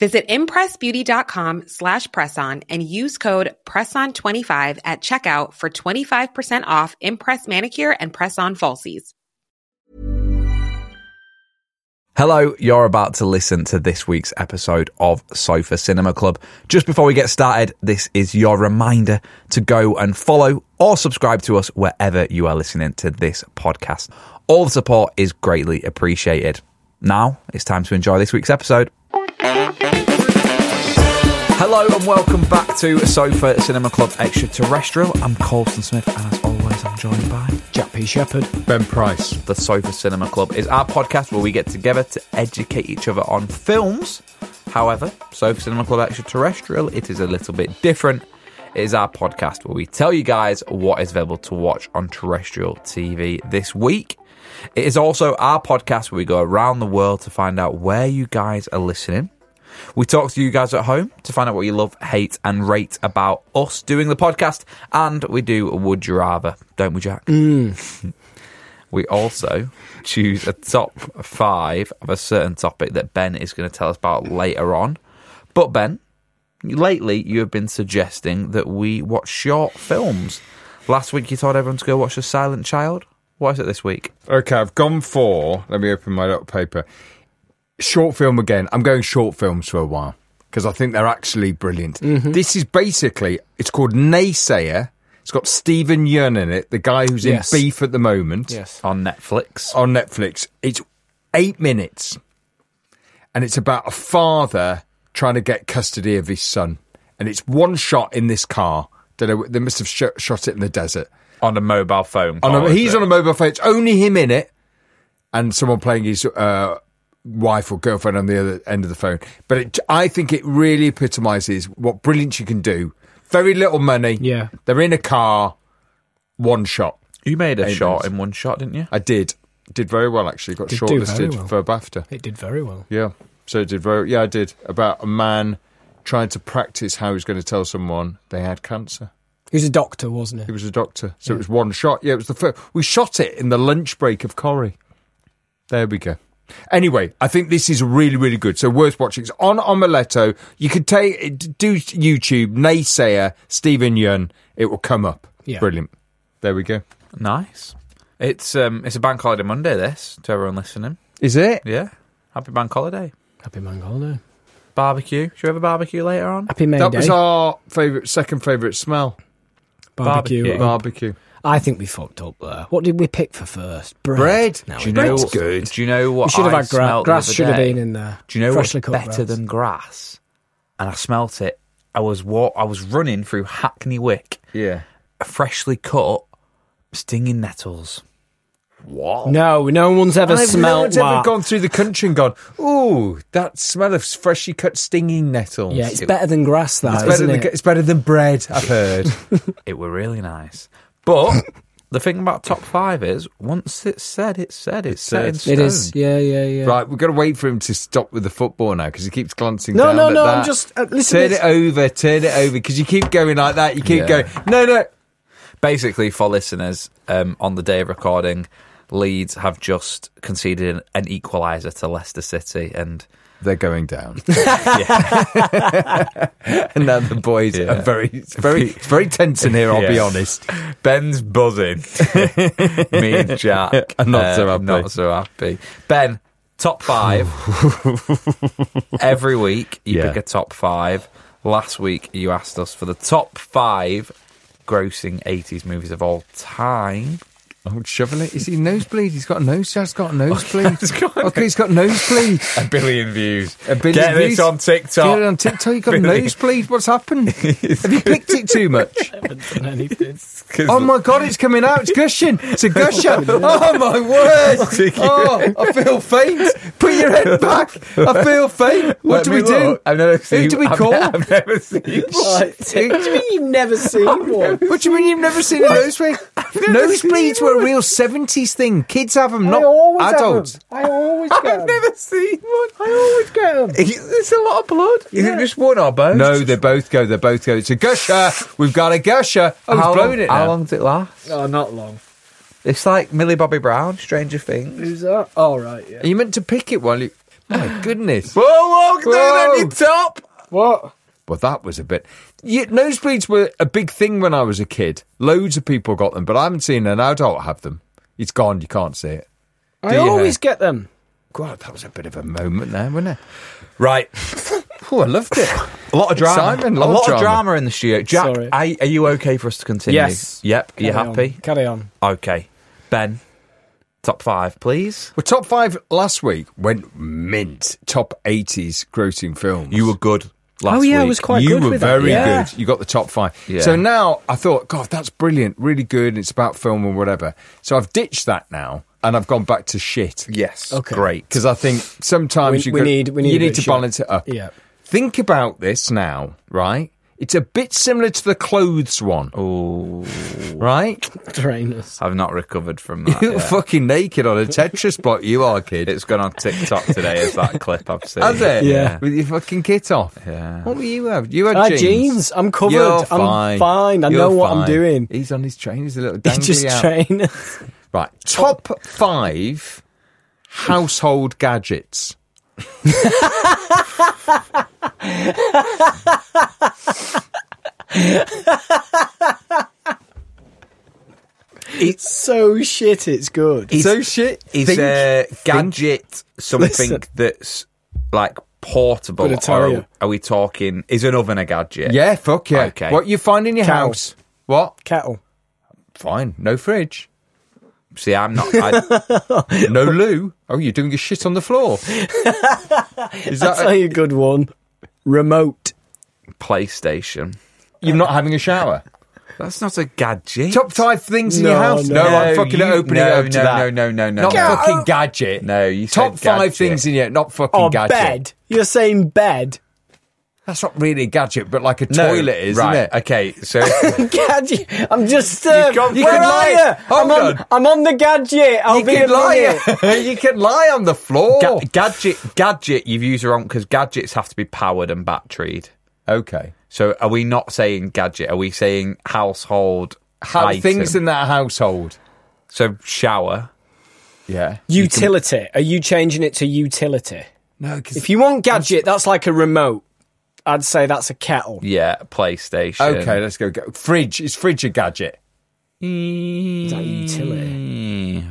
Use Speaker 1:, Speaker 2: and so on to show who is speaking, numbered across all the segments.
Speaker 1: Visit impressbeauty.com slash presson and use code presson25 at checkout for 25% off Impress Manicure and Press-On Falsies.
Speaker 2: Hello, you're about to listen to this week's episode of Sofa Cinema Club. Just before we get started, this is your reminder to go and follow or subscribe to us wherever you are listening to this podcast. All the support is greatly appreciated. Now it's time to enjoy this week's episode. Hello and welcome back to Sofa Cinema Club Extraterrestrial. I'm Colson Smith, and as always, I'm joined by
Speaker 3: Jack P. Shepherd.
Speaker 4: Ben Price.
Speaker 2: the Sofa Cinema Club is our podcast where we get together to educate each other on films. However, Sofa Cinema Club Extraterrestrial, it is a little bit different. It is our podcast where we tell you guys what is available to watch on terrestrial TV this week. It is also our podcast where we go around the world to find out where you guys are listening. We talk to you guys at home to find out what you love, hate, and rate about us doing the podcast. And we do Would You Rather, don't we, Jack? We also choose a top five of a certain topic that Ben is going to tell us about later on. But, Ben, lately you have been suggesting that we watch short films. Last week you told everyone to go watch The Silent Child. What is it this week?
Speaker 4: Okay, I've gone for. Let me open my little paper. Short film again. I'm going short films for a while because I think they're actually brilliant.
Speaker 3: Mm-hmm.
Speaker 4: This is basically. It's called Naysayer. It's got Stephen Yeun in it, the guy who's
Speaker 3: Yes.
Speaker 4: in Beef at the moment
Speaker 3: Yes.
Speaker 2: On Netflix.
Speaker 4: on Netflix. It's eight minutes, and it's about a father trying to get custody of his son, and it's one shot in this car. Don't know. They must have sh- shot it in the desert.
Speaker 2: On a mobile phone.
Speaker 3: Oh,
Speaker 4: On
Speaker 2: call,
Speaker 4: a,
Speaker 2: is
Speaker 4: he's
Speaker 2: it?
Speaker 4: on a mobile phone. It's only him in it, and someone playing his uh, wife or girlfriend on the other end of the phone. But it, I think it really epitomises what brilliance you can do. Very little money.
Speaker 3: Yeah.
Speaker 4: they're in a car, one shot.
Speaker 2: You made a
Speaker 4: Eight
Speaker 2: shot
Speaker 4: minutes.
Speaker 2: in one shot, didn't you?
Speaker 4: I did did very well actually. Got
Speaker 3: Did do very
Speaker 4: shortlisted
Speaker 3: well.
Speaker 4: for a BAFTA.
Speaker 3: It did very well.
Speaker 4: Yeah, so it did very. Yeah, I did about a man trying to practice how he's going to tell someone they had cancer.
Speaker 3: He was a doctor, wasn't
Speaker 4: He
Speaker 3: he?
Speaker 4: was a doctor, so it was one shot. Yeah, it was the first. We shot it in the lunch break of Corrie. There we go. Anyway, I think this is really, really good. So worth watching. It's on Omeletto. You could take do YouTube Naysayer Stephen Yeun. It will come up.
Speaker 3: Yeah.
Speaker 4: Brilliant. There we go.
Speaker 2: Nice. It's um, it's a bank holiday Monday. This to everyone listening.
Speaker 4: Is it?
Speaker 2: Yeah. Happy bank holiday.
Speaker 3: Happy eh? Mang Holiday.
Speaker 2: Barbecue. Should we have a barbecue later on?
Speaker 3: Happy May
Speaker 4: That
Speaker 3: Day.
Speaker 4: was our favorite, second favorite smell.
Speaker 3: barbecue.
Speaker 2: barbecue.
Speaker 4: Barbecue.
Speaker 3: I think we fucked up there. What did we pick for first? Bread.
Speaker 4: Bread.
Speaker 3: No,
Speaker 2: Do
Speaker 3: we
Speaker 2: you know
Speaker 3: didn't.
Speaker 2: what- Do you know what
Speaker 3: We should have
Speaker 2: I
Speaker 3: had gra-
Speaker 2: smelt the
Speaker 3: grass.
Speaker 2: other
Speaker 3: Should have
Speaker 2: day?
Speaker 3: been in there.
Speaker 2: Do you know
Speaker 3: Freshly
Speaker 2: what's
Speaker 3: cut
Speaker 2: better
Speaker 3: grass.
Speaker 2: than grass? And I smelt it. I was wa- I was running through Hackney Wick,
Speaker 4: Yeah.
Speaker 2: freshly cut stinging nettles. What?
Speaker 3: No, no one's ever
Speaker 4: I've no
Speaker 3: smelled
Speaker 4: one's
Speaker 3: that.
Speaker 4: ever gone through the country and gone, ooh, that smell of freshly cut stinging nettles.
Speaker 3: yeah, it's better than grass, that,
Speaker 4: It's
Speaker 3: not
Speaker 4: better, than,
Speaker 3: it?
Speaker 4: it's better than bread, I've heard.
Speaker 2: It were really nice. But the thing about top five is once it's said, it's said. It's, set in
Speaker 4: said.
Speaker 2: stone.
Speaker 3: It is. Yeah, yeah, yeah.
Speaker 4: Right, we've got to wait for him to stop with the football now because he keeps glancing
Speaker 3: No,
Speaker 4: down
Speaker 3: no,
Speaker 4: at
Speaker 3: no, I'm
Speaker 4: that.
Speaker 3: just- uh, listen,
Speaker 4: Turn
Speaker 3: it's-
Speaker 4: it over, turn it over because you keep going like that. You
Speaker 2: Yeah.
Speaker 4: keep going, no, no.
Speaker 2: Basically, for listeners, um, on the day of recording, Leeds have just conceded an, an equaliser to Leicester City, and
Speaker 4: They're going down. and now the boys
Speaker 2: Yeah.
Speaker 4: are very, it's very, it's very tense in here, I'll be
Speaker 2: Yeah.
Speaker 4: honest.
Speaker 2: Ben's buzzing. Me and Jack uh,
Speaker 4: I'm not so happy.
Speaker 2: Not so happy. Ben, top five. Every week you
Speaker 4: Yeah.
Speaker 2: pick a top five. Last week you asked us for the top five grossing 80s movies of all time.
Speaker 4: Oh, shoveling it. Is he nosebleed? He's got a nose. Jack's got a nosebleed.
Speaker 2: he's got a-
Speaker 4: okay, he's got nosebleed.
Speaker 2: A billion views.
Speaker 4: A billion
Speaker 2: Get
Speaker 4: views.
Speaker 2: this on TikTok.
Speaker 4: Get it on TikTok. You got a
Speaker 2: Billion.
Speaker 4: nosebleed. What's happened? Have you picked it too much?
Speaker 3: done anything.
Speaker 2: 'Cause
Speaker 4: Oh my god, it's coming out. It's gushing. It's a gusher. Oh my word. Oh, I feel faint. Put your head back. I feel faint. What
Speaker 2: let
Speaker 4: do
Speaker 2: me
Speaker 4: we do?
Speaker 2: look. I've never seen.
Speaker 4: Who do we
Speaker 2: I've-
Speaker 4: call?
Speaker 2: I've never seen.
Speaker 3: Right. what do you mean you've never seen one?
Speaker 4: What do you mean you've never seen a nosebleed? Nosebleeds were a real 70s thing. Kids have them,
Speaker 3: I
Speaker 4: not
Speaker 3: always have 'em.
Speaker 4: adults.
Speaker 3: I always get
Speaker 2: I've
Speaker 3: 'em.
Speaker 2: never seen one.
Speaker 3: I always get 'em.
Speaker 2: It's a lot of blood. Is it just one or both?
Speaker 4: No, they both go. They both go. It's a gusher. We've got a gusher.
Speaker 2: how
Speaker 4: Oh, he's
Speaker 2: long,
Speaker 4: blowing it
Speaker 2: How
Speaker 4: now.
Speaker 2: long does it last?
Speaker 3: Oh, not long.
Speaker 2: It's like Millie Bobby Brown, Stranger Things.
Speaker 3: Who's that? All right, yeah.
Speaker 4: Are you meant to pick it while you. My goodness.
Speaker 2: Whoa, whoa,
Speaker 4: do it on your
Speaker 2: top.
Speaker 3: What?
Speaker 4: Well, that was a bit. Yeah, nosebleeds were a big thing when I was a kid. Loads of people got them, but I haven't seen an adult have them. It's gone. You can't see it.
Speaker 3: I
Speaker 2: you?
Speaker 3: always get them.
Speaker 4: God, that was a bit of a moment there, wasn't it?
Speaker 2: Right,
Speaker 4: Oh, I loved it.
Speaker 2: a lot of drama.
Speaker 4: Simon,
Speaker 2: a lot of drama in the studio. Jack,
Speaker 3: Sorry.
Speaker 2: are, are you okay for us to continue?
Speaker 3: Yes.
Speaker 2: Yep. Are you
Speaker 3: Carry on.
Speaker 2: happy?
Speaker 3: Carry on.
Speaker 2: Okay. Ben, top five, please.
Speaker 4: Well, top five last week went mint. Top 80s grossing films.
Speaker 2: You were good last
Speaker 3: Oh,
Speaker 2: week.
Speaker 3: yeah, I was quite
Speaker 4: you
Speaker 3: good
Speaker 4: were
Speaker 3: with that,
Speaker 4: very
Speaker 3: yeah.
Speaker 4: good. You got the top five.
Speaker 2: Yeah.
Speaker 4: So now I thought, God, that's brilliant, really good. and It's about film and whatever. So I've ditched that now and I've gone back to shit.
Speaker 2: Yes.
Speaker 3: Okay.
Speaker 2: Great.
Speaker 4: Because I think sometimes
Speaker 3: We-
Speaker 4: you
Speaker 3: we
Speaker 4: go-
Speaker 3: need- we need
Speaker 4: you
Speaker 3: a
Speaker 4: need
Speaker 3: bit
Speaker 4: to
Speaker 3: of shit.
Speaker 4: balance it up.
Speaker 3: Yeah.
Speaker 4: Think about this now, right? It's a bit similar to the clothes one,
Speaker 2: Ooh,
Speaker 4: right?
Speaker 3: Trainers.
Speaker 2: I've not recovered from that.
Speaker 4: You're
Speaker 2: yet.
Speaker 4: fucking naked on a Tetris block, you are, kid.
Speaker 2: It's gone on TikTok today. Is that clip I've seen?
Speaker 4: Has it?
Speaker 3: Yeah.
Speaker 4: With your fucking kit off.
Speaker 2: Yeah.
Speaker 4: What were you have? You had
Speaker 3: Ah,
Speaker 4: jeans.
Speaker 3: jeans. I'm covered.
Speaker 4: You're
Speaker 3: I'm fine. I know what I'm doing.
Speaker 4: He's on his train. He's a little
Speaker 3: It's
Speaker 4: dangly
Speaker 3: just
Speaker 4: out.
Speaker 3: trainers.
Speaker 4: Right. Top five household gadgets.
Speaker 3: It's so shit. It's good.
Speaker 4: so shit.
Speaker 2: Is
Speaker 4: Think-
Speaker 2: a
Speaker 4: think-
Speaker 2: gadget something
Speaker 3: Listen.
Speaker 2: that's like portable?
Speaker 3: But I tell
Speaker 2: or
Speaker 3: you.
Speaker 2: are, are we talking? Is an oven a gadget?
Speaker 4: Yeah, fuck yeah.
Speaker 2: Okay.
Speaker 4: What you find in your
Speaker 3: Cow.
Speaker 4: house? What?
Speaker 3: Kettle.
Speaker 4: Fine. No fridge.
Speaker 2: See, I'm not. I,
Speaker 4: No loo. Oh, you're doing your shit on the floor. Is
Speaker 3: That's
Speaker 4: that
Speaker 3: a good one. Remote.
Speaker 2: PlayStation.
Speaker 4: you're not having a shower?
Speaker 2: That's not a gadget.
Speaker 4: Top five things in your
Speaker 3: No,
Speaker 4: house?
Speaker 3: no.
Speaker 4: No, I'm fucking
Speaker 2: you-
Speaker 4: opening
Speaker 2: no,
Speaker 4: it up to
Speaker 2: no,
Speaker 4: that.
Speaker 2: no, no, no, no,
Speaker 4: Not
Speaker 2: no.
Speaker 4: fucking gadget.
Speaker 2: No, you said
Speaker 4: top five
Speaker 2: gadget.
Speaker 4: things in your not fucking
Speaker 3: Or
Speaker 4: gadget.
Speaker 3: bed. You're saying bed.
Speaker 4: That's not really a gadget, but like a
Speaker 2: No,
Speaker 4: toilet is,
Speaker 2: right?
Speaker 4: isn't it?
Speaker 2: Okay, so
Speaker 3: gadget. I'm just. Uh,
Speaker 2: You can't- you
Speaker 3: where
Speaker 2: can
Speaker 3: are
Speaker 2: lie.
Speaker 3: you? I'm
Speaker 4: Hold
Speaker 3: on,
Speaker 4: on.
Speaker 3: I'm on the gadget. I'll
Speaker 4: you
Speaker 3: be
Speaker 4: can
Speaker 3: a
Speaker 4: lie.
Speaker 3: minute.
Speaker 4: you can lie on the floor.
Speaker 2: ga- gadget, gadget. You've used the wrong because gadgets have to be powered and batteried.
Speaker 4: okay.
Speaker 2: So, are we not saying gadget? Are we saying household
Speaker 4: How,
Speaker 2: item?
Speaker 4: things in that household.
Speaker 2: so shower?
Speaker 4: Yeah.
Speaker 3: Utility. Are you changing it to utility?
Speaker 4: No,
Speaker 3: If you want gadget, that's like a remote. I'd say that's a kettle.
Speaker 2: Yeah, PlayStation.
Speaker 4: Okay, let's go. go. Fridge. Is fridge a gadget?
Speaker 3: Is that utility?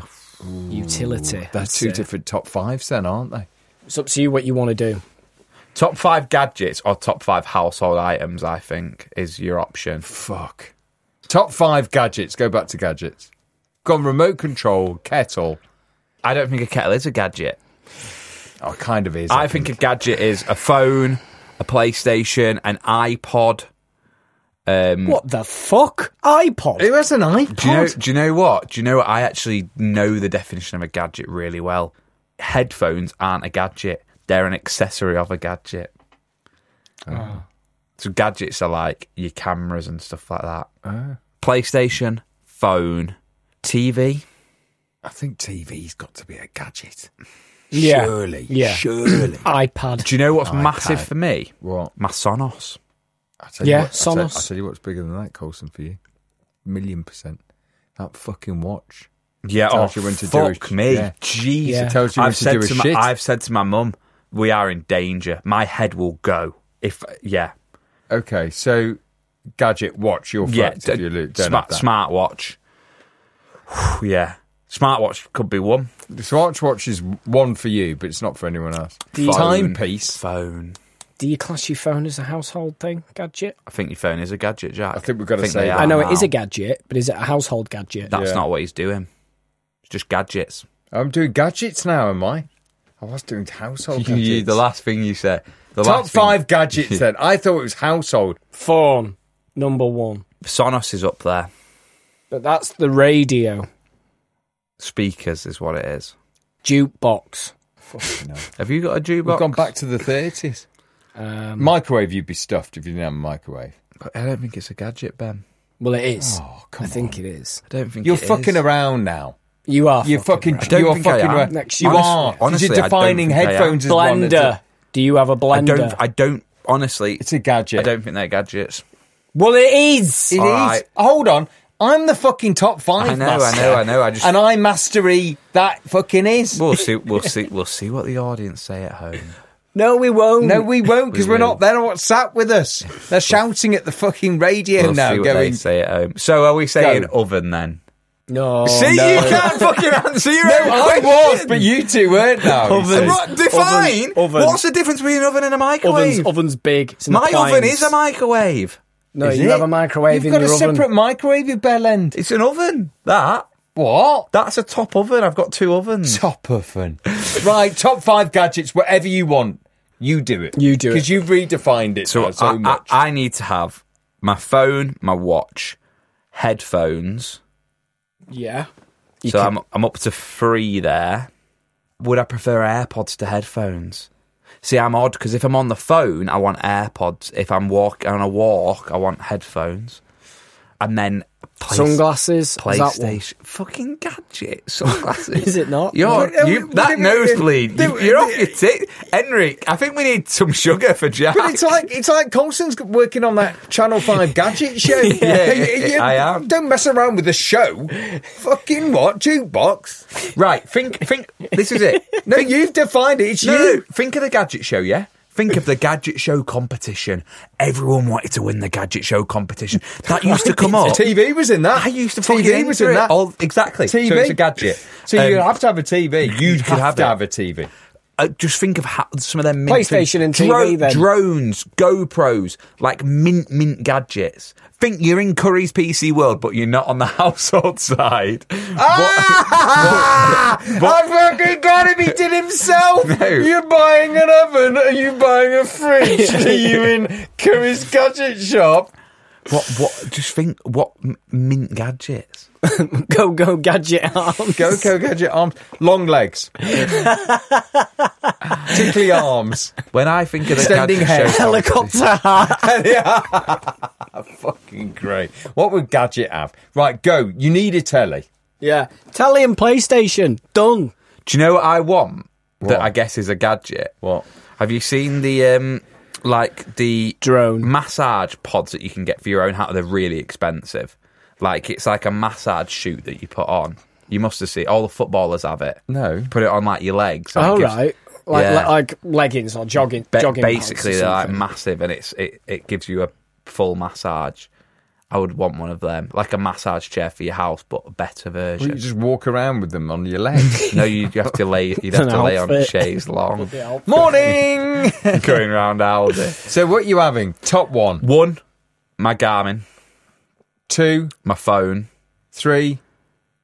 Speaker 3: Utility.
Speaker 4: They're two different top fives, then, aren't they?
Speaker 3: It's up to you what you want to do.
Speaker 2: Top five gadgets or top five household items, I think, is your option.
Speaker 4: Fuck. Top five gadgets. Go back to gadgets. Gone remote control, kettle.
Speaker 2: I don't think a kettle is a gadget.
Speaker 4: Oh, it kind of is.
Speaker 2: I think a gadget is a phone, a PlayStation, an iPod. Um,
Speaker 3: What the fuck? iPod.
Speaker 4: Who has an iPod?
Speaker 2: Do you, know, do you know what? Do you know what? I actually know the definition of a gadget really well. Headphones aren't a gadget, they're an accessory of a gadget. So, gadgets are like your cameras and stuff like that. PlayStation, phone, TV.
Speaker 4: I think TV's got to be a gadget.
Speaker 3: Yeah.
Speaker 4: Surely.
Speaker 3: Yeah.
Speaker 4: Surely.
Speaker 3: iPad.
Speaker 2: Do you know what's massive for me?
Speaker 4: What?
Speaker 2: My Sonos.
Speaker 4: I tell you
Speaker 3: Yeah,
Speaker 4: what- I tell, I
Speaker 3: Sonos.
Speaker 4: tell you what's bigger than that, Colson, for you. Million percent. That fucking watch.
Speaker 2: Yeah,
Speaker 4: Tells
Speaker 2: oh,
Speaker 4: you when to do a
Speaker 2: fuck
Speaker 4: sh-
Speaker 2: me.
Speaker 4: yeah.
Speaker 2: Jesus.
Speaker 3: Yeah. It
Speaker 4: tells you when
Speaker 2: I've
Speaker 4: to
Speaker 2: said
Speaker 4: do a
Speaker 2: my,
Speaker 4: shit.
Speaker 2: I've said to my mum, we are in danger. My head will go. If, yeah.
Speaker 4: Okay, so gadget watch your
Speaker 2: Yeah,
Speaker 4: fact if
Speaker 2: d-
Speaker 4: you lo- don't
Speaker 2: smart
Speaker 4: have that.
Speaker 2: smartwatch. Whew, yeah, smartwatch could be one.
Speaker 4: Smartwatch watch is one for you, but it's not for anyone else.
Speaker 3: Do you-
Speaker 4: Timepiece.
Speaker 2: phone.
Speaker 3: Do you class your phone as a household thing, gadget?
Speaker 2: I think your phone is a gadget, Jack. I
Speaker 4: think we've gotta say
Speaker 2: they
Speaker 4: that.
Speaker 2: are
Speaker 3: I know it
Speaker 2: now.
Speaker 3: is a gadget, but is it a household gadget?
Speaker 2: That's
Speaker 4: Yeah.
Speaker 2: not what he's doing. It's just gadgets.
Speaker 4: I'm doing gadgets now, am I? I was doing household Oh, gadgets.
Speaker 2: You- the last thing you said. The
Speaker 4: Top
Speaker 2: last thing-
Speaker 4: five gadgets then. I thought it was household.
Speaker 3: Phone, number one.
Speaker 2: Sonos is up there.
Speaker 3: But that's the radio.
Speaker 2: Speakers is what it is.
Speaker 3: Jukebox.
Speaker 2: Have you got a jukebox?
Speaker 4: We've gone back to the 30s.
Speaker 3: Um,
Speaker 4: Microwave, you'd be stuffed if you didn't have a microwave.
Speaker 2: I don't think it's a gadget, Ben.
Speaker 3: well, it is.
Speaker 4: Oh,
Speaker 3: I
Speaker 4: come
Speaker 3: think it is.
Speaker 2: I don't think
Speaker 4: You're
Speaker 2: it is.
Speaker 4: fucking around now.
Speaker 3: You are.
Speaker 4: You're fucking.
Speaker 2: I don't
Speaker 4: you're
Speaker 2: think I
Speaker 4: fucking.
Speaker 2: am.
Speaker 4: around.
Speaker 3: Next
Speaker 4: you
Speaker 3: year.
Speaker 4: are.
Speaker 2: Honestly,
Speaker 4: You're
Speaker 2: I don't
Speaker 4: defining
Speaker 2: think I am.
Speaker 4: headphones as one that's
Speaker 3: blender.
Speaker 4: a-
Speaker 3: Do you have a
Speaker 2: I
Speaker 3: blender?
Speaker 2: don't. I don't. Honestly,
Speaker 4: It's a gadget.
Speaker 2: I don't think they're gadgets.
Speaker 3: well, it is.
Speaker 4: It is.
Speaker 2: All right.
Speaker 4: Hold on. I'm the fucking top five.
Speaker 2: I know, I
Speaker 4: master.
Speaker 2: know, I know, I just-
Speaker 4: and I mastery that fucking is.
Speaker 2: We'll see. We'll see. We'll see what the audience say at home.
Speaker 3: No, we won't.
Speaker 4: No, we won't because
Speaker 2: We
Speaker 4: we are
Speaker 2: won't.
Speaker 4: not there on WhatsApp with us. They're shouting at the fucking radio
Speaker 2: We'll
Speaker 4: now.
Speaker 2: see what they
Speaker 4: going,
Speaker 2: say at home. So are we saying oven then?
Speaker 3: No.
Speaker 2: see,
Speaker 3: no.
Speaker 2: you can't fucking answer your
Speaker 4: no,
Speaker 2: own
Speaker 4: I
Speaker 2: question.
Speaker 4: was, but you two weren't now. you
Speaker 3: Oven.
Speaker 4: see.
Speaker 2: Right, define.
Speaker 3: Oven, oven.
Speaker 2: What's the difference between an oven and a microwave?
Speaker 3: Oven's, oven's big. It's an
Speaker 2: My oven
Speaker 3: appliance.
Speaker 2: is a microwave.
Speaker 3: No,
Speaker 4: Is
Speaker 3: you
Speaker 4: it?
Speaker 3: have a microwave
Speaker 4: You've
Speaker 3: in
Speaker 4: got
Speaker 3: your
Speaker 4: a
Speaker 3: oven.
Speaker 4: separate microwave, you bell end.
Speaker 2: It's an oven. That.
Speaker 4: What?
Speaker 2: That's a top oven. I've got two ovens.
Speaker 4: Top oven. right, top five gadgets, whatever you want. You do it.
Speaker 3: You do it.
Speaker 4: Because you've redefined it
Speaker 2: So,
Speaker 4: now so
Speaker 2: I, I,
Speaker 4: much.
Speaker 2: I need to have my phone, my watch, headphones.
Speaker 3: yeah.
Speaker 2: so I'm I'm up to three there. Would I prefer AirPods to headphones? See, I'm odd because if I'm on the phone, I want AirPods. If I'm walk on a walk, I want headphones. And then play-
Speaker 3: Sunglasses. Is that one?
Speaker 2: PlayStation, fucking gadget, sunglasses.
Speaker 3: Is it not?
Speaker 2: You're,
Speaker 4: What-
Speaker 2: you,
Speaker 4: what
Speaker 2: that
Speaker 4: do you mean?
Speaker 2: nosebleed. You, you're off your tit, Henrik. I think we need some sugar for Jack.
Speaker 4: But it's like it's like Colson's working on that Channel Five gadget show.
Speaker 2: Yeah, I am.
Speaker 4: Don't mess around with the show. Fucking what jukebox?
Speaker 2: right. Think, think. This is it.
Speaker 4: No, you've defined it. It's
Speaker 2: No, no,
Speaker 4: you.
Speaker 2: no. think of the gadget show, yeah? Think of the gadget show competition. Everyone wanted to win the gadget show competition. That used to come up.
Speaker 4: TV was in that.
Speaker 2: I used to fucking
Speaker 4: TV was
Speaker 2: enter
Speaker 4: in
Speaker 2: it
Speaker 4: that.
Speaker 2: all- exactly. So
Speaker 4: TV.
Speaker 2: it's a gadget.
Speaker 4: So you'd
Speaker 2: Um,
Speaker 4: have to have a TV. You'd
Speaker 2: could
Speaker 4: have,
Speaker 2: have
Speaker 4: to
Speaker 2: it.
Speaker 4: have a TV.
Speaker 2: Uh, just think of how, some of them mint
Speaker 3: PlayStation and TV then.
Speaker 2: drones, GoPros, like mint mint gadgets. Think you're in Curry's PC world, but you're not on the household side.
Speaker 4: Ah! I fucking got him. He did himself.
Speaker 2: No.
Speaker 4: You're buying an oven. Are you buying a fridge? Are you in Curry's gadget shop?
Speaker 2: What? What? Just think what m- mint gadgets.
Speaker 3: Go, go, gadget arms.
Speaker 4: Go, go, gadget arms. Long legs. Tickly arms.
Speaker 2: When I think of the
Speaker 4: Extending
Speaker 2: gadget
Speaker 4: hair.
Speaker 2: show
Speaker 3: Helicopter hat.
Speaker 4: Fucking great. What would gadget have? Right, go. You need a telly.
Speaker 3: yeah. Telly and PlayStation. Done.
Speaker 2: Do you know what I want?
Speaker 4: What?
Speaker 2: That I guess is a gadget.
Speaker 4: What?
Speaker 2: Have you seen the um like the
Speaker 3: Drone.
Speaker 2: massage pods that you can get for your own house? They're really expensive. Like it's like a massage chute that you put on. You must have seen all the footballers have it.
Speaker 4: No.
Speaker 2: Put it on like your legs.
Speaker 3: All
Speaker 2: All right.
Speaker 3: right. Like,
Speaker 2: Yeah.
Speaker 3: like leggings or jogging. jogging pants or
Speaker 2: basically, they're like
Speaker 3: something.
Speaker 2: massive, and it's it, it gives you a full massage. I would want one of them, like a massage chair for your house, but a better version.
Speaker 4: You just walk around with them on your legs.
Speaker 2: no, you you have to lay. You'd have
Speaker 3: An
Speaker 2: to lay on
Speaker 3: outfit.
Speaker 2: chaise long,
Speaker 4: Morning!
Speaker 2: going round Aldi.
Speaker 4: so, what are you having? Top one,
Speaker 2: One, my Garmin,
Speaker 4: two,
Speaker 2: my phone,
Speaker 4: three,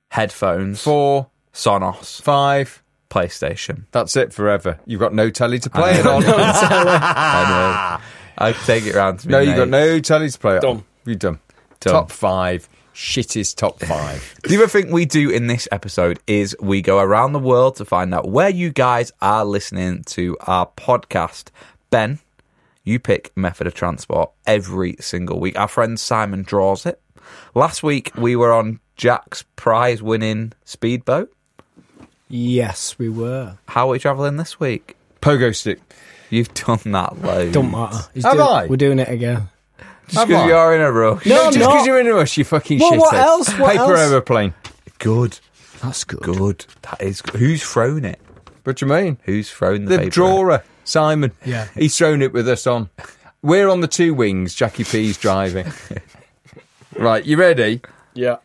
Speaker 2: headphones,
Speaker 4: four,
Speaker 2: Sonos,
Speaker 4: five.
Speaker 2: PlayStation.
Speaker 4: That's it forever. You've got no telly to play it on.
Speaker 2: I know. I'd take it round to me.
Speaker 4: no, you've got
Speaker 2: mate.
Speaker 4: no telly to play it on.
Speaker 3: Done.
Speaker 4: You're done.
Speaker 2: Done.
Speaker 4: Top five. Shittest top five.
Speaker 2: The other thing we do in this episode is we go around the world to find out where you guys are listening to our podcast. Ben, you pick method of transport every single week. Our friend Simon draws it. Last week we were on Jack's prize winning speedboat.
Speaker 3: Yes, we were.
Speaker 2: How are we travelling this week?
Speaker 4: Pogo stick.
Speaker 2: You've done that load.
Speaker 4: Mm.
Speaker 3: Don't matter. He's
Speaker 4: Have
Speaker 3: doing-
Speaker 4: I?
Speaker 3: We're doing it again.
Speaker 2: Just because you are in a rush.
Speaker 3: No, I'm
Speaker 4: Oh, just
Speaker 3: not.
Speaker 4: because you're in a rush, you fucking
Speaker 3: Well,
Speaker 4: shit
Speaker 3: what else? What
Speaker 4: Paper
Speaker 3: else?
Speaker 4: aeroplane.
Speaker 2: Good.
Speaker 3: That's good.
Speaker 2: Good. That is good. Who's thrown it?
Speaker 4: What do you mean?
Speaker 2: Who's thrown the,
Speaker 4: the
Speaker 2: paper out?
Speaker 4: drawer, Simon.
Speaker 3: Yeah.
Speaker 4: He's thrown it with us on. We're on the two wings. Jackie P's driving. right, you ready?
Speaker 3: Yeah.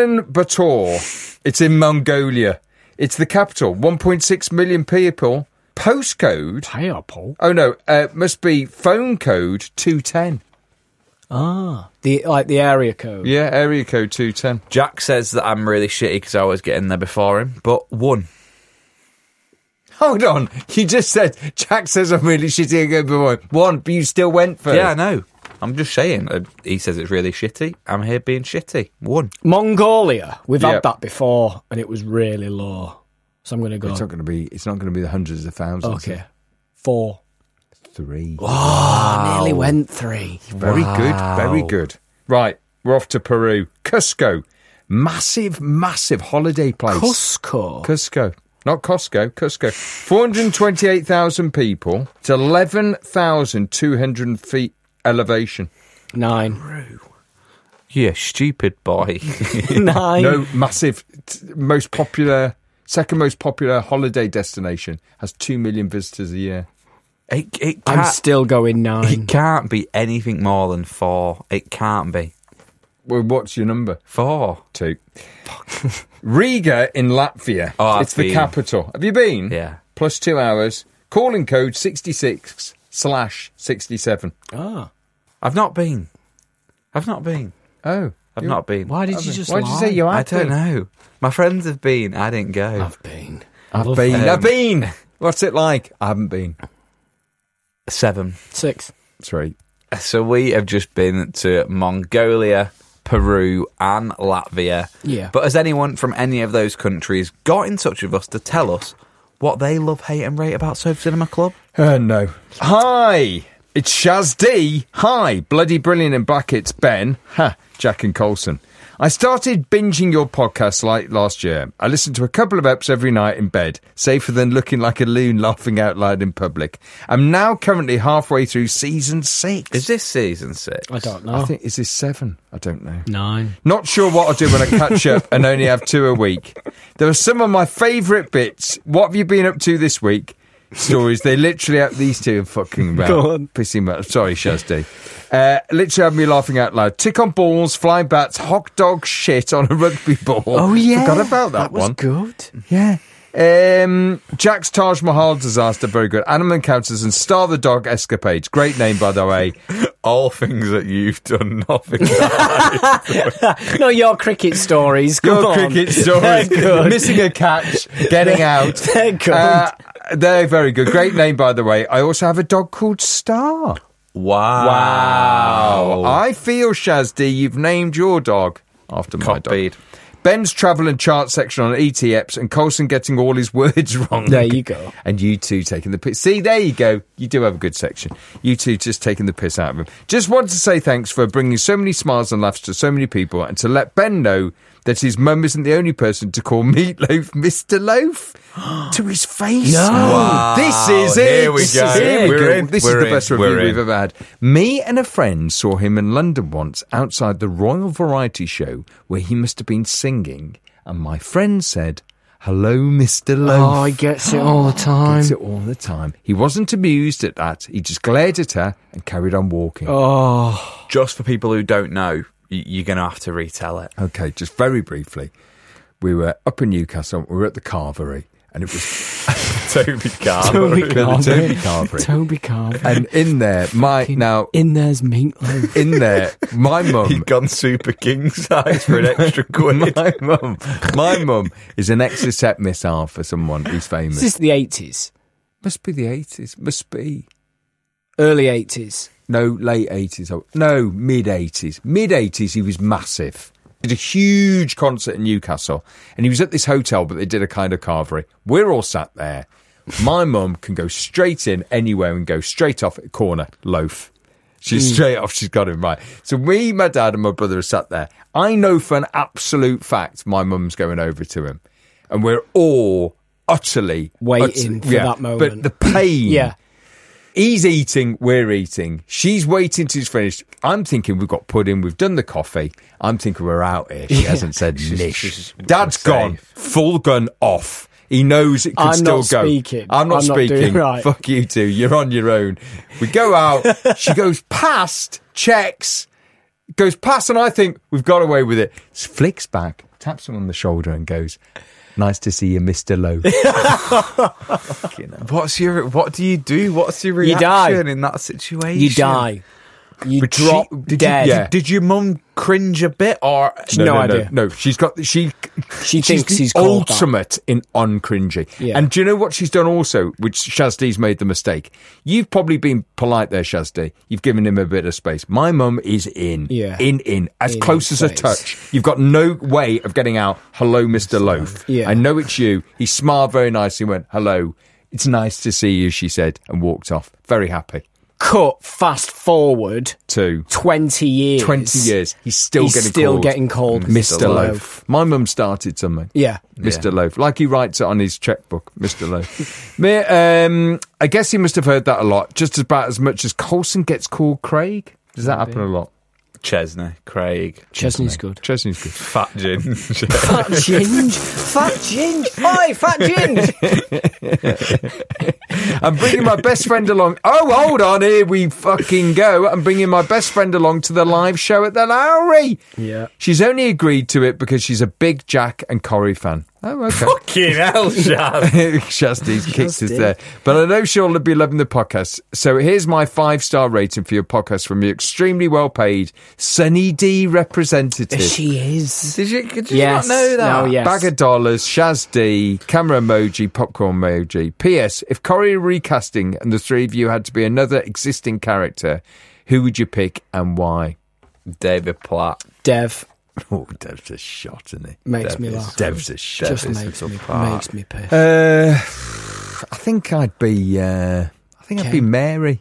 Speaker 4: Ulaanbaatar. It's in Mongolia. It's the capital. 1.6 million people. Postcode.
Speaker 3: Hey, up, Paul.
Speaker 4: Oh no, uh, must be phone code 210.
Speaker 3: Ah, the like the area code.
Speaker 4: Yeah, area code 210.
Speaker 2: Jack says that I'm really shitty because I always get in there before him, but one.
Speaker 4: Hold on. You just said, Jack says I'm really shitty again before. One, but you still went first.
Speaker 2: Yeah, I know. I'm just saying. uh, He says it's really shitty. I'm here being shitty. One.
Speaker 3: Mongolia. We've
Speaker 4: Yeah.
Speaker 3: had that before, and it was really low. So I'm going to go.
Speaker 4: It's not going to be. It's not going to be the hundreds of thousands.
Speaker 3: Okay, Oh, four.
Speaker 4: three.
Speaker 3: I nearly went three.
Speaker 4: Very good. Very good. Right, we're off to Peru. Cusco, massive, massive holiday place.
Speaker 3: Cusco.
Speaker 4: Cusco. Not Costco, Cusco. 428,000 people. It's 11,200 feet elevation.
Speaker 3: Nine.
Speaker 2: Yeah, stupid boy.
Speaker 3: Nine.
Speaker 4: No, massive, t- most popular, second most popular holiday destination. Has 2 million visitors a year.
Speaker 2: it, it
Speaker 3: I'm
Speaker 2: can't,
Speaker 3: still going
Speaker 2: it
Speaker 3: nine.
Speaker 2: can't be anything more than four. It can't be.
Speaker 4: Well, what's your number?
Speaker 2: Four.
Speaker 4: Two. Riga in Latvia.
Speaker 2: Oh, I've
Speaker 4: it's the
Speaker 2: been.
Speaker 4: capital. Have you been?
Speaker 2: Yeah.
Speaker 4: Plus two hours. Calling code 66 slash 67.
Speaker 3: Ah,
Speaker 2: I've not been. I've not been.
Speaker 4: Oh.
Speaker 2: I've
Speaker 4: you-
Speaker 2: not been.
Speaker 3: why did you just?
Speaker 4: Why did you say
Speaker 3: lie?
Speaker 4: you
Speaker 2: I
Speaker 4: have
Speaker 2: don't
Speaker 4: been?
Speaker 2: know. My friends have been. I didn't go. Um,
Speaker 3: I've been.
Speaker 4: I've
Speaker 3: Love
Speaker 4: been.
Speaker 3: that.
Speaker 4: I've been. What's it like? I haven't been.
Speaker 2: Seven.
Speaker 3: Six.
Speaker 4: Three.
Speaker 2: So we have just been to Mongolia, Peru, and Latvia.
Speaker 3: Yeah.
Speaker 2: But has anyone from any of those countries got in touch with us to tell us what they love, hate, and rate about Soap Cinema Club?
Speaker 4: Uh, no. Hi. It's Shaz D. Hi. Bloody brilliant in brackets, Ben. Ha. Jack and Colson. I started binging your podcast like last year. I listened to a couple of eps every night in bed, safer than looking like a loon laughing out loud in public. I'm now currently halfway through season six.
Speaker 2: Is this season six?
Speaker 3: I don't know.
Speaker 4: I think is this seven? I don't know.
Speaker 3: nine.
Speaker 4: Not sure what I'll do when I catch up and only have two a week. There are some of my favourite bits. What have you been up to this week? Stories. They literally have these two are fucking about.
Speaker 3: Go on.
Speaker 4: Pissing about. Sorry, Shazdy. Uh, literally have me laughing out loud. Tick on balls, fly bats, hot dog shit on a rugby ball.
Speaker 2: Oh,
Speaker 4: Forgot about that,
Speaker 3: was
Speaker 4: one.
Speaker 3: good.
Speaker 4: Yeah. Um, Jack's Taj Mahal disaster, very good. Animal Encounters and Star the Dog escapades. Great name, by the way.
Speaker 2: All things that you've done, nothing.
Speaker 3: No, your cricket stories. Come
Speaker 4: Your
Speaker 3: on.
Speaker 4: cricket
Speaker 3: They're
Speaker 4: stories.
Speaker 3: good.
Speaker 4: Missing a catch, getting out.
Speaker 3: They're good.
Speaker 4: Uh, they're very good. Great name, by the way. I also have a dog called Star.
Speaker 2: wow.
Speaker 4: I feel, Shazdi, you've named your dog after my
Speaker 2: Copied.
Speaker 4: dog. Ben's travel and chart section on ET ETEPS and Colson getting all his words wrong.
Speaker 3: There you go.
Speaker 4: And you two taking the piss. See, there you go. You do have a good section. You two just taking the piss out of him. Just wanted to say thanks for bringing so many smiles and laughs to so many people and to let Ben know that his mum isn't the only person to call Meatloaf Mr. Loaf to his face.
Speaker 3: No.
Speaker 2: Wow.
Speaker 4: This is it.
Speaker 2: Here we go.
Speaker 4: Here we
Speaker 2: We're
Speaker 4: go.
Speaker 2: in.
Speaker 4: This
Speaker 2: We're
Speaker 4: is the
Speaker 2: in.
Speaker 4: best
Speaker 2: We're
Speaker 4: review
Speaker 2: in.
Speaker 4: we've ever had. Me and a friend saw him in London once outside the Royal Variety Show where he must have been singing, and my friend said, Hello, Mr. Loaf.
Speaker 3: Oh, he gets it all the time.
Speaker 4: Gets it all the time. He wasn't amused at that. He just glared at her and carried on walking.
Speaker 3: Oh,
Speaker 2: Just for people who don't know, y- you're going to have to retell it.
Speaker 4: Okay, just very briefly. We were up in Newcastle. We were at the Carvery, and it was
Speaker 2: Toby
Speaker 3: Toby
Speaker 2: Carver.
Speaker 4: the Toby
Speaker 3: Carvery.
Speaker 4: Carvery.
Speaker 3: Toby Carvery.
Speaker 4: and in there, my Uh, now
Speaker 3: In there's meatloaf.
Speaker 4: in there, my
Speaker 2: He'd
Speaker 4: mum.
Speaker 2: gone super king size for an extra quid.
Speaker 4: My mum, my mum is an exoset missile for someone who's famous.
Speaker 3: this is the eighties,
Speaker 4: must be the eighties. Must be
Speaker 3: early eighties.
Speaker 4: No, late eighties. No, mid eighties. Mid eighties, he was massive. Did a huge concert in Newcastle, and he was at this hotel, but they did a kind of carvery. We're all sat there. My mum can go straight in anywhere and go straight off at a corner loaf. She's
Speaker 3: Mm.
Speaker 4: straight off. She's got him right. So we, my dad, and my brother are sat there. I know for an absolute fact my mum's going over to him, and we're all utterly
Speaker 3: Waiting
Speaker 4: utterly-
Speaker 3: for that moment.
Speaker 4: But the pain,
Speaker 3: Yeah.
Speaker 4: He's eating, we're eating. She's waiting till he's finished. I'm thinking we've got pudding, we've done the coffee. I'm thinking we're out here. She hasn't said nish.
Speaker 2: she's-
Speaker 4: Dad's
Speaker 2: we're
Speaker 4: gone, full gun off. He knows it can
Speaker 3: I'm
Speaker 4: still
Speaker 3: not
Speaker 4: go.
Speaker 3: speaking.
Speaker 4: I'm not
Speaker 3: I'm not doing-
Speaker 4: speaking.
Speaker 3: right.
Speaker 4: Fuck you two. You're on your own. We go out. she goes past, checks, goes past, and I think we've got away with it. Flicks back, taps him on the shoulder, and goes, "Nice to see you, Mister Lowe."
Speaker 2: What's your? What do you do? What's your
Speaker 3: You die.
Speaker 2: reaction in that situation?
Speaker 3: You die. You
Speaker 4: But she-
Speaker 3: drop
Speaker 4: did you-
Speaker 3: dead.
Speaker 4: yeah.
Speaker 2: Did your mum cringe a bit or
Speaker 3: No, idea.
Speaker 4: No, she's got she.
Speaker 3: She
Speaker 4: she's
Speaker 3: thinks
Speaker 4: the
Speaker 3: he's called that.
Speaker 4: ultimate in uncringy.
Speaker 3: Yeah.
Speaker 4: And do you know what she's done also? Which Shazdi's made the mistake. You've probably been polite there, Shazdi. You've given him a bit of space. My mum is in,
Speaker 3: Yeah.
Speaker 4: in, in, as
Speaker 3: In
Speaker 4: close as a
Speaker 3: space.
Speaker 4: touch. You've got no way of getting out. Hello, Mister Loaf.
Speaker 3: Yeah.
Speaker 4: I know it's you. He smiled very nicely. and Went hello. It's nice to see you, she said, and walked off. Very happy.
Speaker 3: Cut fast forward
Speaker 4: Too.
Speaker 3: 20 years.
Speaker 4: 20 years. He's still
Speaker 3: He's
Speaker 4: getting
Speaker 3: still
Speaker 4: called
Speaker 3: getting called
Speaker 4: Mr.
Speaker 3: Mr.
Speaker 4: Loaf.
Speaker 3: Loaf.
Speaker 4: My mum started something.
Speaker 3: Yeah.
Speaker 4: Mr. Loaf. Like he writes it on his checkbook, Mr. Loaf. Me- um, I guess he must have heard that a lot, just about as much as Colson gets called Craig. Does that happen a lot?
Speaker 2: Chesney, Craig,
Speaker 3: Chesney's good.
Speaker 4: Chesney's good.
Speaker 2: Fat Gin.
Speaker 3: Fat Ginge. Fat Ginge. Oi, Fat Ginge.
Speaker 4: I'm bringing my best friend along. Oh, hold on, here we fucking go. I'm bringing my best friend along to the live show at the Lowry.
Speaker 3: Yeah.
Speaker 4: She's only agreed to it because she's a big Jack and Corrie fan. Oh, okay.
Speaker 2: Fucking hell, Shaz.
Speaker 4: Shasti's kicks is
Speaker 3: Shasti.
Speaker 4: there. But I know she'll be loving the podcast. So here's my five star rating for your podcast from your extremely well paid Sunny D representative.
Speaker 3: She is.
Speaker 2: Did you, did you
Speaker 3: Yes.
Speaker 2: not know that?
Speaker 3: No, yes.
Speaker 4: Bag of dollars, Shaz D, camera emoji, popcorn emoji. P.S. If Corrie were recasting and the three of you had to be another existing character, who would you pick and why?
Speaker 2: David Platt.
Speaker 3: Dev.
Speaker 4: Oh, Dev's a shot, isn't he?
Speaker 3: Makes me laugh.
Speaker 4: Dev's a shot.
Speaker 3: Just makes me, makes me piss.
Speaker 4: Uh, I think I'd be. Uh, I think I'd be
Speaker 3: Okay.
Speaker 4: Mary.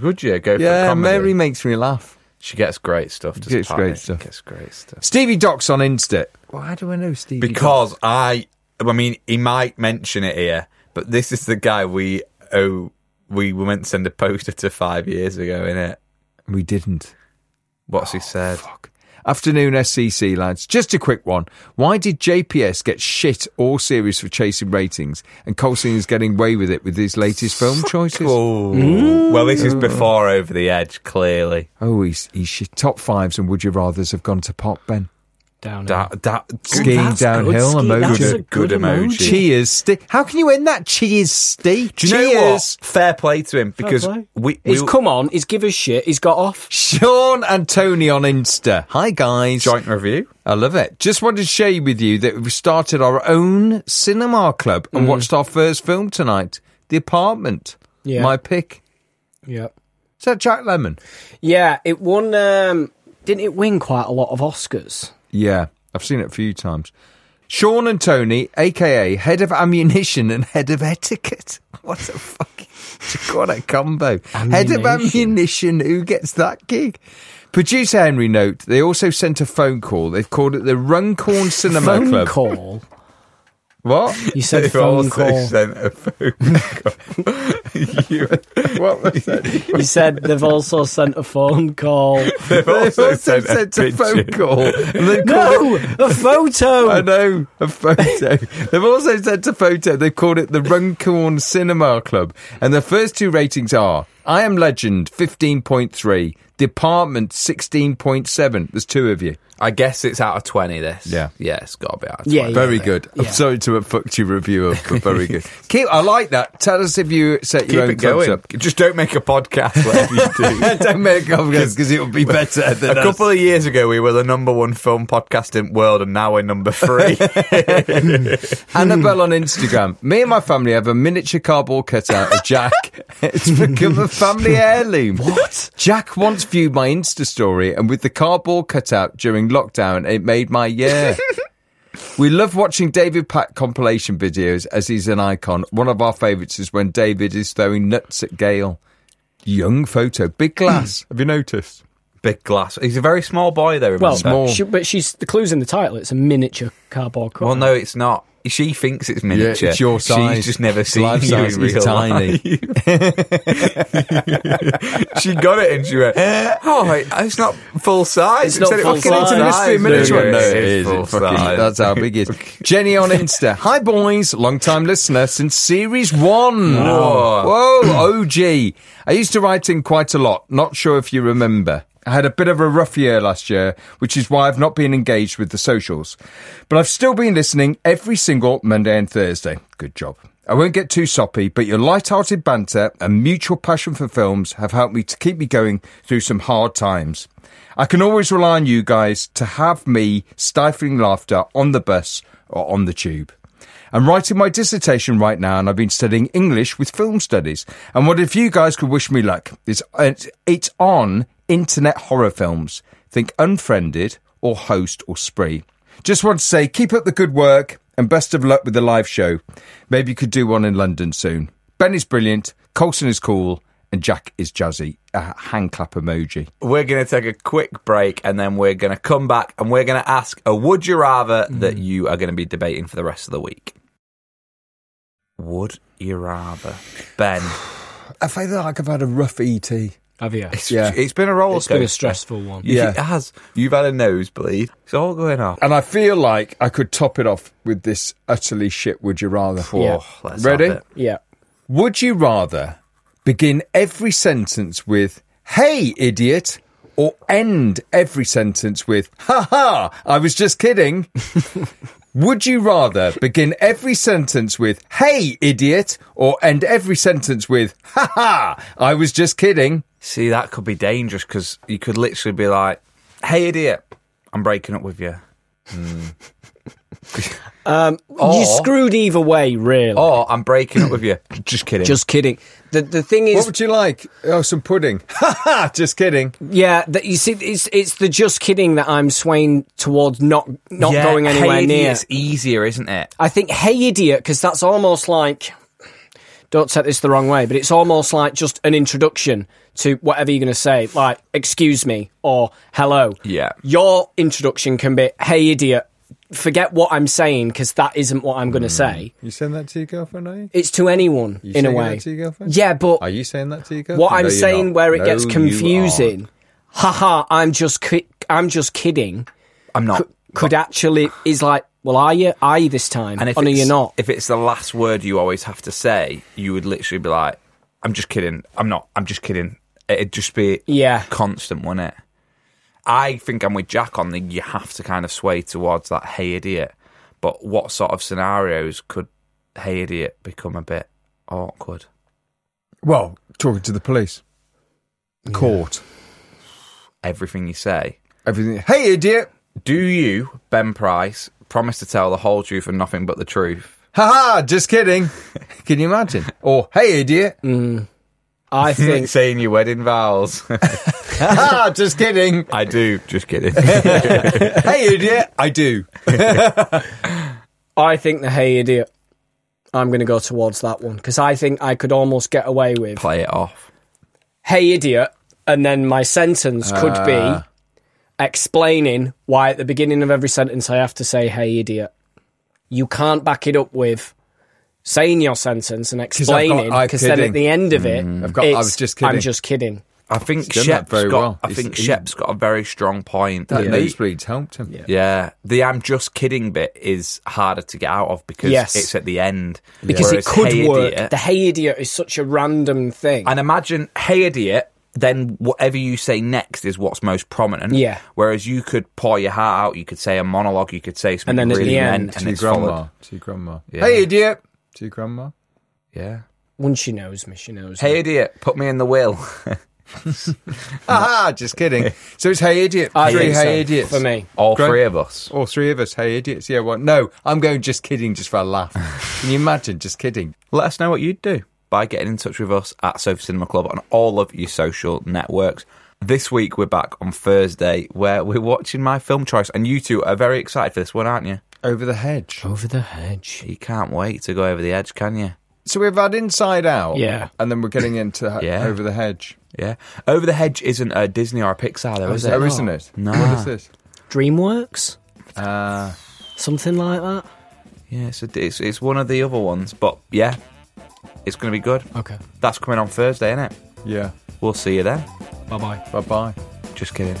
Speaker 2: Would you go for
Speaker 4: Yeah,
Speaker 2: comedy?
Speaker 4: Mary makes me laugh.
Speaker 2: She gets great stuff. Doesn't
Speaker 4: gets
Speaker 2: Patty?
Speaker 4: great stuff.
Speaker 2: Gets great stuff.
Speaker 4: Stevie Docks on Insta. Why do I know Stevie?
Speaker 2: Because I, I mean, he might mention it here, but this is the guy we oh we were meant to send a poster to five years ago, innit?
Speaker 4: Docks? we didn't.
Speaker 2: What's
Speaker 3: Oh,
Speaker 2: he said?
Speaker 4: Fuck. Afternoon SCC lads. Just a quick one. Why did JPS get shit all series for chasing ratings, and Colson is getting away with it with his latest film choices?
Speaker 2: Oh, well, this is before Over the Edge, clearly.
Speaker 4: Oh, he's he's shit. top fives and would you rather's have gone to pop Ben.
Speaker 3: Down.
Speaker 2: That that
Speaker 4: Skiing
Speaker 3: that's
Speaker 4: downhill
Speaker 3: good ski-
Speaker 4: emoji.
Speaker 3: that's a
Speaker 2: good, good
Speaker 3: good
Speaker 2: emoji.
Speaker 3: emoji.
Speaker 4: Cheers, Steve. How can you win that? Cheers, Steve.
Speaker 2: Do you
Speaker 4: Cheers.
Speaker 2: know what? Fair play to him because
Speaker 3: play.
Speaker 2: we, we
Speaker 3: He's come on. He's give us shit. He's got off.
Speaker 4: Sean and Tony on Insta. Hi guys.
Speaker 2: joint review.
Speaker 4: I love it. Just wanted to share with you that we started our own cinema club
Speaker 3: Mm.
Speaker 4: and watched our first film tonight, The Apartment.
Speaker 3: Yeah.
Speaker 4: My pick.
Speaker 3: Yeah.
Speaker 4: Is that Jack Lemon?
Speaker 3: Yeah. It won. Um, didn't it win quite a lot of Oscars?
Speaker 4: Yeah, I've seen it a few times. Sean and Tony, aka head of ammunition and head of etiquette. What a fucking what a combo! Head of ammunition, who gets that gig? Producer Henry note they also sent a phone call. They've called it the Runcorn Cinema
Speaker 3: phone
Speaker 4: Club.
Speaker 3: call.
Speaker 4: What?
Speaker 3: You said
Speaker 2: They've
Speaker 3: phone
Speaker 2: also
Speaker 3: call.
Speaker 2: sent a phone call. you,
Speaker 4: What was that?
Speaker 3: You said they've also sent a phone call.
Speaker 2: they've
Speaker 4: They've
Speaker 2: also,
Speaker 4: also
Speaker 2: sent,
Speaker 4: sent
Speaker 2: a,
Speaker 4: a phone
Speaker 2: picture.
Speaker 4: call. And they've called
Speaker 3: No, a photo.
Speaker 4: I know, a photo. They've also sent a photo. They've called it the Runcorn Cinema Club. And the first two ratings are I Am Legend 15.3, Department 16.7. There's two of you.
Speaker 2: I guess it's out of twenty. This,
Speaker 4: Yeah.
Speaker 2: yeah, it's got to be out of
Speaker 3: Yeah,
Speaker 2: twenty.
Speaker 3: yeah.
Speaker 4: Very good.
Speaker 3: Yeah.
Speaker 4: I'm sorry to have fucked your review up, but very good. Keep, I like that. Tell us if you set your
Speaker 2: Keep
Speaker 4: own
Speaker 2: it going.
Speaker 4: clubs
Speaker 2: Just don't make a podcast. Whatever you do.
Speaker 4: up. Don't make up because it'll be better
Speaker 2: A
Speaker 4: than us.
Speaker 2: couple of years ago, we were the number one film podcast in the world, and now we're number three.
Speaker 4: Annabelle on Instagram. Me and my family have a miniature cardboard cutout of Jack. it's become a family heirloom. What? Jack once viewed my Insta story, and with the cardboard cutout during lockdown, it made my year. We love watching David Pack compilation videos as he's an icon. One of our favourites is when David is throwing nuts at Gail. Young photo, big glass. have you noticed?
Speaker 2: Big glass. He's a very small boy, though.
Speaker 3: Well,
Speaker 2: Remember?
Speaker 4: Small.
Speaker 3: She, but she's the clues in the title. It's a miniature cardboard cutout.
Speaker 2: Well, no, it's not. She thinks it's miniature.
Speaker 4: it's your size.
Speaker 2: She's just never
Speaker 4: It's
Speaker 2: seen
Speaker 4: life
Speaker 2: you
Speaker 4: size.
Speaker 2: in
Speaker 4: It's
Speaker 2: real
Speaker 4: tiny.
Speaker 2: life. she got it and she went, "Oh, it- it's not full size."
Speaker 3: It's
Speaker 2: It
Speaker 3: not
Speaker 2: said it
Speaker 3: full
Speaker 2: was
Speaker 3: Fucking
Speaker 2: full
Speaker 3: it's a
Speaker 2: size.
Speaker 3: mystery miniature.
Speaker 2: No,
Speaker 3: It
Speaker 4: No,
Speaker 3: is
Speaker 4: it is.
Speaker 2: full
Speaker 4: It fucking-
Speaker 2: size.
Speaker 4: that's how big it is. Jenny on Insta. Hi, boys. Long time listener since series one. Whoa. Whoa, OG. I used to write in quite a lot. Not sure if you remember. I had a bit of a rough year last year, which is why I've not been engaged with the socials. But I've still been listening every single Monday and Thursday. Good job. I won't get too soppy, but your light-hearted banter and mutual passion for films have helped me to keep me going through some hard times. I can always rely on you guys to have me stifling laughter on the bus or on the tube. I'm writing my dissertation right now, and I've been studying English with film studies. And what if you guys could wish me luck? It's, it's, it's on internet horror films. Think Unfriended or Host or Spree. Just want to say, keep up the good work and best of luck with the live show. Maybe you could do one in London soon. Ben is brilliant, Colson is cool, and Jack is jazzy. A hand clap emoji.
Speaker 2: We're going to take a quick break and then we're going to come back and we're going to ask a would you rather that you are going to be debating for the rest of the week. Would you rather? Ben,
Speaker 4: I feel like I've had a rough E ET.
Speaker 3: Have you? It's
Speaker 4: Yeah.
Speaker 2: it's been a roller
Speaker 3: been a
Speaker 2: coaster.
Speaker 3: stressful one.
Speaker 2: Yeah.
Speaker 4: Yeah.
Speaker 2: It has. You've had a nosebleed. It's all going off.
Speaker 4: And I feel like I could top it off with this utterly shit would you rather.
Speaker 3: Uh,
Speaker 2: Oh, let's
Speaker 4: Ready?
Speaker 2: have it.
Speaker 3: Yeah.
Speaker 4: Would you rather begin every sentence with, hey, idiot, or end every sentence with, ha ha, I was just kidding? Would you rather begin every sentence with, hey, idiot, or end every sentence with, ha ha, I was just kidding?
Speaker 2: See, that could be dangerous because you could literally be like, hey, idiot, I'm breaking up with you.
Speaker 3: Um,
Speaker 2: Or-
Speaker 3: you screwed either way, really.
Speaker 2: Or I'm breaking up with you. Just kidding.
Speaker 3: Just kidding. The the thing
Speaker 4: What
Speaker 3: is,
Speaker 4: would you like? Oh, some pudding. Ha ha, just kidding.
Speaker 3: yeah, that you see, it's it's the just kidding that I'm swaying towards not not
Speaker 2: Yeah,
Speaker 3: going anywhere
Speaker 2: hey,
Speaker 3: near.
Speaker 2: It's easier, isn't it?
Speaker 3: I think, hey, idiot, because that's almost like, don't take this the wrong way, but it's almost like just an introduction to whatever you're going to say, like, excuse me or hello.
Speaker 2: Yeah.
Speaker 3: Your introduction can be, hey, idiot, forget what I'm saying because that isn't what I'm going to say.
Speaker 4: You saying that to your girlfriend, are you?
Speaker 3: It's to anyone
Speaker 4: You
Speaker 3: in a
Speaker 4: saying
Speaker 3: way.
Speaker 4: that to your girlfriend?
Speaker 3: yeah, but
Speaker 4: Are you saying that to your girlfriend?
Speaker 3: what
Speaker 4: No,
Speaker 3: I'm
Speaker 4: you're
Speaker 3: saying
Speaker 4: not.
Speaker 3: where it
Speaker 4: No,
Speaker 3: gets
Speaker 4: you aren't.
Speaker 3: confusing, haha, I'm just ki- I'm just kidding.
Speaker 2: I'm not.
Speaker 3: Could actually is like, well, are you? Are you this time?
Speaker 2: And if
Speaker 3: oh, no,
Speaker 2: it's,
Speaker 3: you're not.
Speaker 2: If it's the last word you always have to say, you would literally be like, "I'm just kidding. I'm not. I'm just kidding." It'd just be
Speaker 3: Yeah.
Speaker 2: constant, wouldn't it? I think I'm with Jack on the you have to kind of sway towards that hey idiot. But what sort of scenarios could hey idiot become a bit awkward?
Speaker 4: Well, talking to the police. Court.
Speaker 2: Everything you say.
Speaker 4: Everything. Hey, idiot!
Speaker 2: Do you, Ben Price, promise to tell the whole truth and nothing but the truth?
Speaker 4: Haha, just kidding. Can you imagine? Or, hey, idiot.
Speaker 3: I think
Speaker 2: saying your wedding vows.
Speaker 4: Haha, just kidding.
Speaker 2: I do. Just kidding.
Speaker 4: Hey, idiot. I do.
Speaker 3: I think the hey idiot. I'm going to go towards that one because I think I could almost get away with
Speaker 2: Play it off.
Speaker 3: hey idiot, and then my sentence could be
Speaker 4: Ah.
Speaker 3: explaining why at the beginning of every sentence I have to say hey idiot. You can't back it up with saying your sentence and
Speaker 4: I've got,
Speaker 3: explaining
Speaker 4: "I'm
Speaker 3: because then at
Speaker 4: kidding." Mm.
Speaker 3: the end of it,
Speaker 4: I've got, "I
Speaker 3: it's,
Speaker 4: was just
Speaker 3: I'm
Speaker 4: kidding."
Speaker 3: just kidding.
Speaker 2: I think
Speaker 4: done that
Speaker 2: Shep's
Speaker 4: very
Speaker 2: got.
Speaker 4: well.
Speaker 2: I
Speaker 4: He's-
Speaker 2: think
Speaker 4: he-
Speaker 2: Shep's got a very strong point.
Speaker 4: That
Speaker 2: The-
Speaker 4: nosebleed's helped him.
Speaker 2: yeah, the I'm just kidding bit is harder to get out of because
Speaker 3: Yes.
Speaker 2: it's at the end.
Speaker 3: Because
Speaker 2: Whereas
Speaker 3: it could
Speaker 2: Hey
Speaker 3: work.
Speaker 2: Idiot-
Speaker 3: The hey idiot is such a random thing.
Speaker 2: and imagine, hey idiot, then whatever you say next is what's most prominent.
Speaker 3: Yeah.
Speaker 2: Whereas you could pour your heart out, you could say a monologue, you could say something
Speaker 3: then at
Speaker 2: really
Speaker 3: the
Speaker 2: meant,
Speaker 3: end-
Speaker 2: and
Speaker 4: To your
Speaker 2: it's followed.
Speaker 4: grandma. To your grandma.
Speaker 2: Yeah.
Speaker 4: Hey, idiot. To your grandma.
Speaker 2: Yeah.
Speaker 3: Once she knows me, she knows me.
Speaker 2: Hey idiot, put me in the will.
Speaker 4: Haha, just kidding. So it's hey, idiot.
Speaker 3: I
Speaker 4: three
Speaker 3: think
Speaker 4: hey,
Speaker 3: so,
Speaker 4: idiots.
Speaker 3: for me.
Speaker 2: All
Speaker 4: Grand-
Speaker 2: three of us.
Speaker 4: All three of us, hey, idiots. Yeah, what? No, I'm going just kidding just for a laugh. Can you imagine? Just kidding.
Speaker 2: Let us know what you'd do by getting in touch with us at Sofa Cinema Club on all of your social networks. This week we're back on Thursday where we're watching my film choice, and you two are very excited for this one, aren't you?
Speaker 4: Over the hedge.
Speaker 3: Over the hedge.
Speaker 2: You can't wait to go over the edge, can you?
Speaker 4: So we've had Inside Out.
Speaker 3: Yeah.
Speaker 4: And then we're getting into he-
Speaker 2: Yeah.
Speaker 4: Over the Hedge.
Speaker 2: Yeah. Over the Hedge isn't a Disney or a Pixar, though, is it?
Speaker 4: Oh, isn't it?
Speaker 2: No.
Speaker 4: What is this?
Speaker 3: DreamWorks?
Speaker 4: Uh,
Speaker 3: Something like that?
Speaker 2: Yeah, it's, a, it's, it's one of the other ones, but yeah, it's going to be good.
Speaker 3: Okay.
Speaker 2: That's coming on Thursday, isn't it?
Speaker 4: yeah.
Speaker 2: We'll see you then.
Speaker 3: Bye bye.
Speaker 4: Bye bye.
Speaker 2: Just kidding.